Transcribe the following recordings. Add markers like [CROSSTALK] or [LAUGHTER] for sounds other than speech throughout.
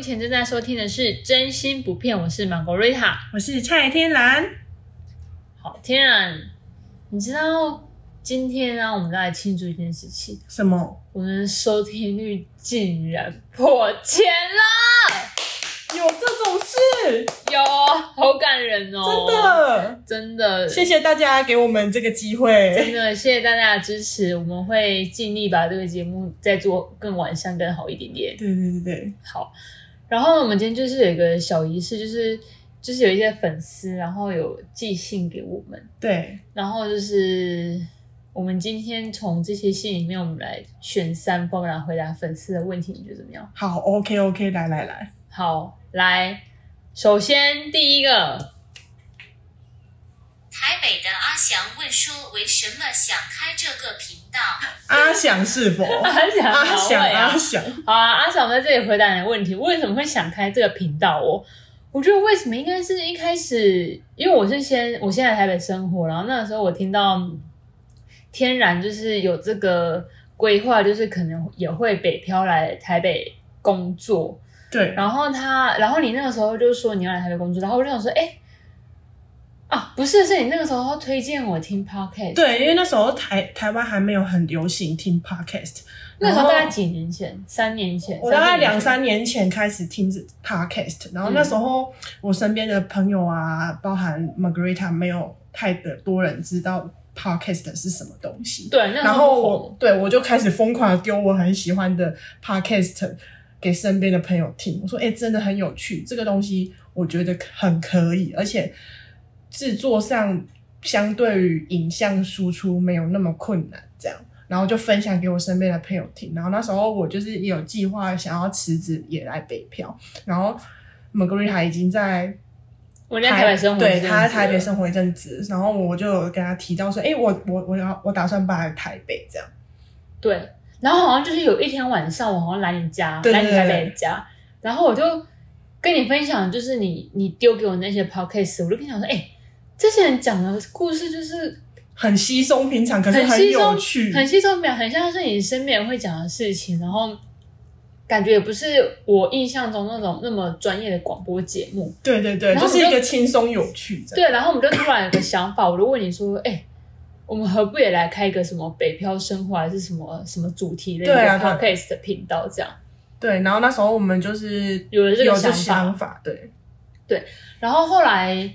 前正在收听的是《真心不骗》，我是 Margarita。我是蔡天蓝。好，天然，你知道今天呢、我们来庆祝一件事情，什么？我们的收听率竟然破千了，有这种事？有，好感人真哦，的？真的，真的，谢谢大家给我们这个机真会。的谢谢大家的支持，我们会尽力把这个节目再做更完善、更好一点点。对对对对，好，然后我们今天就是有一个小仪式，就是就是有一些粉丝，然后有寄信给我们，对，然后就是我们今天从这些信里面，我们来选三封来回答粉丝的问题，你觉得怎么样？好，OK OK，来来来，好，来，首先第一个，台北的阿翔问说：“为什么想开这个频道？阿翔是 [LAUGHS] 否？阿翔阿翔哪位啊阿翔，好啊，阿小我们在这里回答你的问题，为什么会想开这个频道哦？我觉得为什么应该是一开始，因为我是先我现在台北生活，然后那个时候我听到天然就是有这个规划，就是可能也会北漂来台北工作，对，然后他，然后你那个时候就说你要来台北工作，然后我就想说，哎、啊，不是，是你那个时候推荐我听 podcast，，对，因为那时候台台湾还没有很流行听 podcast，那时候然后大概几年前，三年前，我大概四年前两三年前开始听这 podcast，然后那时候我身边的朋友啊，包含 Margarita，没有太的多人知道 podcast 是什么东西。对，那时然候后红我对我就开始疯狂地丢我很喜欢的 podcast 给身边的朋友听，我说：“哎、真的很有趣，这个东西我觉得很可以，而且制作上相对于影像输出没有那么困难。”这样，然后就分享给我身边的朋友听。然后那时候我就是也有计划想要辞职，也来北漂。然后 Margarita 已经在我在台北生活一阵对，子了，他在台北生活一阵子，然后我就有跟他提到说，哎、我我我要我打算搬来台北这样，对，然后好像就是有一天晚上，我好像来你家，对对对来你台北家，然后我就跟你分享，就是你你丢给我那些 podcast，我就跟你讲说，哎、这些人讲的故事就是很稀松平常，可是稀松有趣，很稀松平常，很像是你身边人会讲的事情，然后感觉也不是我印象中那种那么专业的广播节目。对对对，然后就我是就一个轻松有趣这样。对，然后我们就突然有个想法，我就问你说，哎、我们何不也来开一个什么北漂生活还是什么什么主题的一个对啊对 podcast 的频道这样？对，然后那时候我们就是有了这个有想这法想法，对然后后来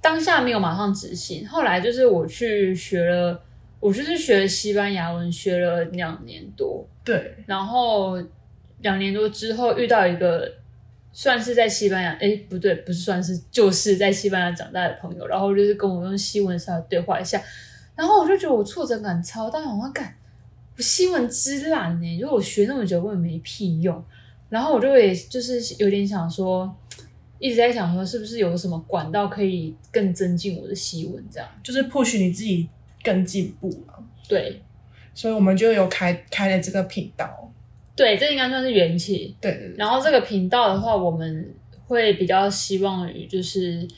当下没有马上执行，后来就是我去学了，我就是学西班牙文，学了两年多，对然后两年多之后遇到一个算是在西班牙，哎，不对，不是算是，就是在西班牙长大的朋友，然后就是跟我用西文稍微对话一下，然后我就觉得我挫折感超大，我要干，我西文之烂呢、就是我学那么久根本没屁用，然后我就也就是有点想说。一直在想说，是不是有什么管道可以更增进我的西文？这样就是 push 你自己更进步嘛，对所以我们就有开开了这个频道，对，这应该算是缘起。对对对然后这个频道的话，我们会比较希望于就是，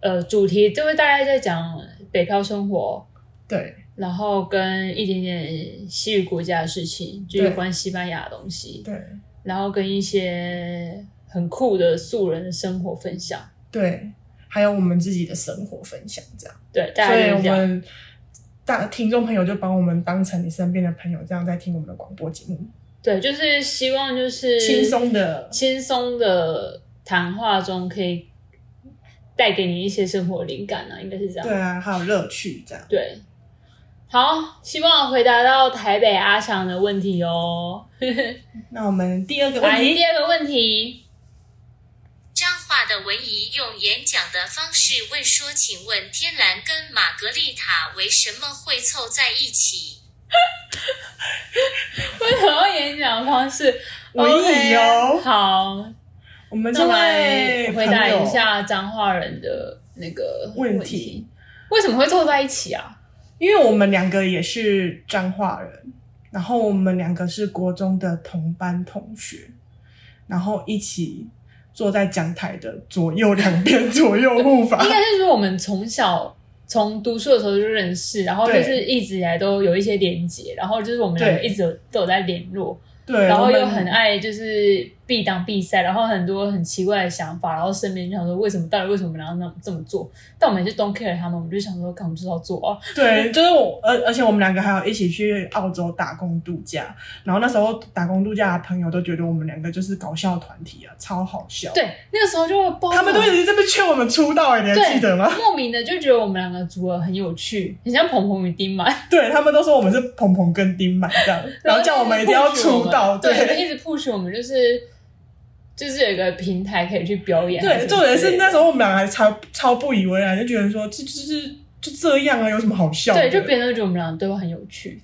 呃，主题就会大概在讲北漂生活，对然后跟一点点西语国家的事情，就有对关西班牙的东西，对然后跟一些很酷的素人的生活分享。对，还有我们自己的生活分享这样。对，大所以概就我是这样。们大听众朋友就把我们当成你身边的朋友，这样在听我们的广播节目，对，就是希望就是轻松的轻松的谈话中可以带给你一些生活灵感啊，应该是这样。对啊，还有乐趣这样。对，好，希望回答到台北阿强的问题哦。那我们第二个问来，第题，二个问题，彰化的文怡用演讲的方式问说：‘请问天蓝跟玛格丽塔为什么会凑在一起为什么要演讲方式？文艺哦 OK，好，我们那这来位回答朋友一下彰化人的那个问题题，为什么会凑在一起 [LAUGHS] 啊？因为我们两个也是彰化人，然后我们两个是国中的同班同学，然后一起坐在讲台的左右两边左右护法应。该是说我们从小。从读书的时候就认识，然后就对是一直以来都有一些连结，然后就是我们两个对一直有都有在联络，对，然后我们又很爱就是必当必赛，然后很多很奇怪的想法，然后身边就想说为什么到底为什么我们要那这么做？但我们也是 don't care 他们，我们就想说，干我们就是要做哦啊。 [LAUGHS] 对，就是我，而而且我们两个还有一起去澳洲打工度假，然后那时候打工度假的朋友都觉得我们两个就是搞笑团体啊，超好笑。，对，那个时候就不知道他们都为什么一直这么劝我们出道、欸，你还对记得吗？ [LAUGHS] 莫名的就觉得我们两个组合很有趣，很像鹏鹏与丁满，对他们都说我们是鹏鹏跟丁满这样， [LAUGHS] 然后叫我们一定要出道。 [LAUGHS] 对，对，一直 push 我们就是就是有一个平台可以去表演。还对，是重点之是类的那时候我们俩还超超不以为然，就觉得说这就是就这样啊，有什么好笑的？对，就别人都觉得我们两个对话很有趣，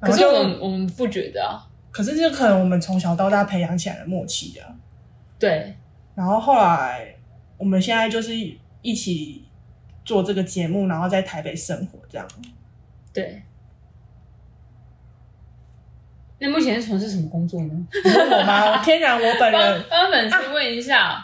然可是后就我们我们不觉得啊。可是这可能我们从小到大培养起来的默契啊。对，然后后来我们现在就是一起做这个节目，然后在台北生活这样。对。那目前是从事什么工作呢？你问我吗？天然我本 [LAUGHS] 帮人， [LAUGHS] 帮粉丝问一下，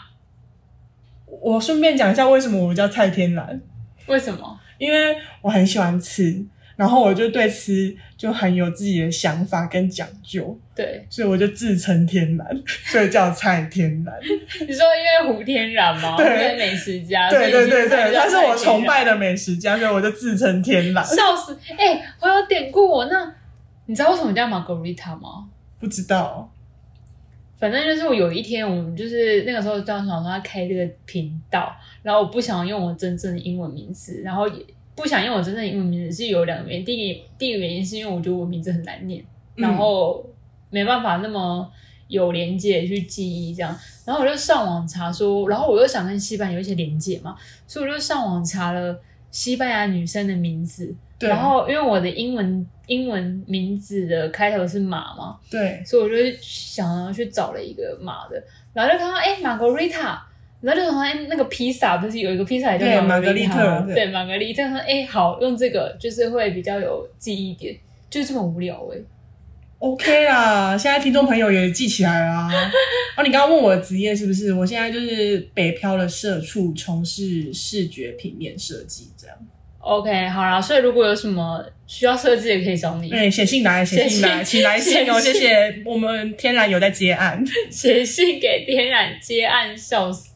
我顺便讲一下为什么我叫蔡天然，为什么？因为我很喜欢吃，然后我就对吃就很有自己的想法跟讲究，对，所以我就自称天然，所以叫蔡天 [LAUGHS] 然。 [LAUGHS] 你说因为胡天然吗？对因为美食家，对对对对，他但是我崇。拜的美食家，所以我就自称天然。笑死！哎、我有典故我那，你知道为什么叫玛格丽塔吗？不知道，反正就是我有一天，我们就是那个时候张想说要开这个频道，然后我不想用我真正的英文名字，然后也不想用我真正的英文名字是有两个原因，第一第一个原因是因为我觉得我名字很难念，嗯然后没办法那么有连接去记忆这样，然后我就上网查说，然后我又想跟西班牙有一些连接嘛，所以我就上网查了西班牙女生的名字，对然后因为我的英文英文名字的开头是马嘛，对所以我就想要去找了一个马的，然后就看到哎、玛格丽塔，然后就想到哎、那个披萨不是有一个披萨也对叫玛格丽玛格塔丽特吗，对玛格丽特，说哎、好用这个就是会比较有记忆点，就这么无聊哎、 ，OK 啦。现在听众朋友也记起 [LAUGHS] 来啦。哦，你刚刚问我的职业是不是？我现在就是北漂的社畜，从事视觉平面设计这样。 OK，好啦，所以如果有什么需要设计的可以找你，对，哎写信来，写信来，写信请来信哦，谢写信谢。我们天然有在接案。写信给天然接案，笑死。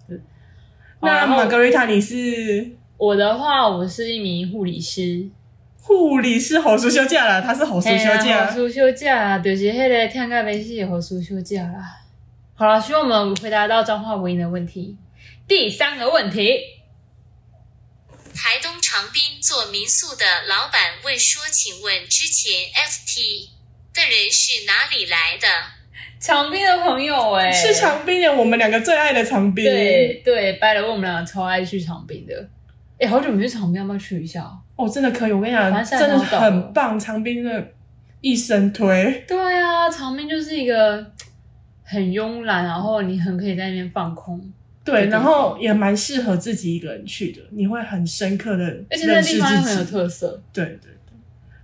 好啊哦那然后玛格丽塔，你是我的话，我是一名护理师，护理师猴叔休假啦，他是猴叔休嘿啊假好。暑休假啦，就是迄个天干没戏好暑休假啦。好了，希望我们回答到彰化唯一的问题。第三个问题，台东长滨做民宿的老板问说：“请问之前 FT 的人是哪里来的长滨的朋友哎、是长滨耶，我们两个最爱的长滨。对对，拜了，我们两个超爱去长滨的。哎、好久没去长滨，要不要去一下啊？哦，真的可以，我跟你讲，反真正的现在都有很棒，长滨真的一生推。对啊，长滨就是一个很慵懒，然后你很可以在那边放空，对，对然后也蛮适合自己一个人去的，你会很深刻的而且那个认地识方又很自有己。特色。对对对，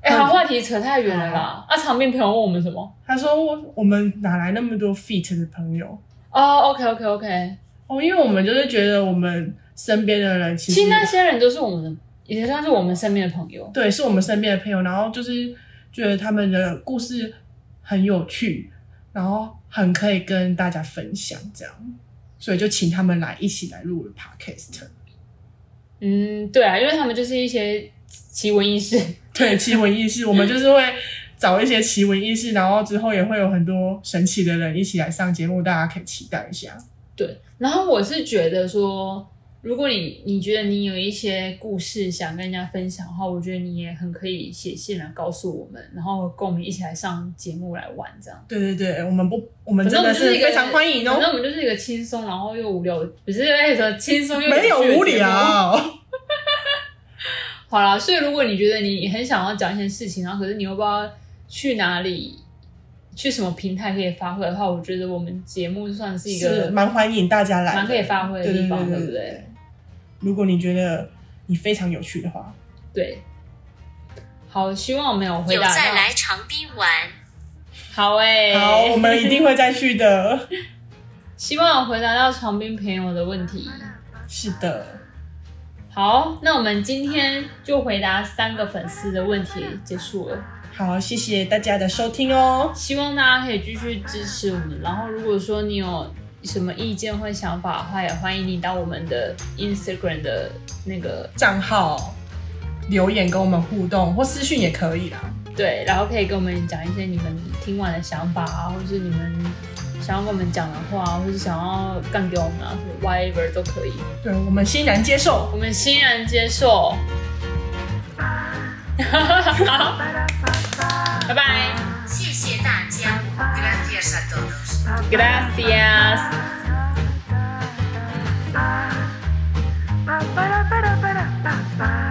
哎、嗯好，话题扯太远了啦。啊，长滨朋友问我们什么？他说我我们哪来那么多 fit 的朋友？哦、o k OK OK，哦，因为我们就是觉得我们身边的人其其实实那些人都是我们的，也算是我们身边的朋友。对是我们身边的朋友，然后就是觉得他们的故事很有趣，然后很可以跟大家分享这样，所以就请他们来一起来录了 podcast。嗯，对啊，因为他们就是一些奇闻异事。对，奇闻异事，我们就是会找一些奇闻异事，然后之后也会有很多神奇的人一起来上节目，大家可以期待一下。 [LAUGHS] 对，然后我是觉得说，如果你你觉得你有一些故事想跟人家分享的话，我觉得你也很可以写信来告诉我们，然后跟我们一起来上节目来玩这样。对对对，我们不，我们反正真我的们就是是一个非常欢迎反正哦，我们就是一个轻松，然后又无聊的，不是那种轻松又没有趣的无节目。聊。好啦，所以如果你觉得你很想要讲一些事情，然后可是你又不知道去哪里、去什么平台可以发挥的话，我觉得我们节目算是一是个蛮欢迎大家来的，蛮可以发挥的地方，对对不对对？如果你觉得你非常有趣的话，对。好，希望我们有？”回有答再到。来长滨玩。好哎、好，我们一定会再去 [LAUGHS] 的。希望有回答到长滨朋友的问题。是的，好，那我们今天就回答三个粉丝的问题结束了。好，谢谢大家的收听哦。希望大家可以继续支持我们。然后，如果说你有什么意见或想法的话，也欢迎你到我们的 Instagram 的那个账号留言跟我们互动，或私讯也可以啦。对，然后可以跟我们讲一些你们听完的想法啊，或是你们想要跟我们讲的话，或是想要干给我们啊或者，whatever 都可以，对我们欣然接受我。们欣然接受。好， [LAUGHS] 拜拜谢谢大家。Gracias a todos. ，Gracias。 Para, para, para, para, para.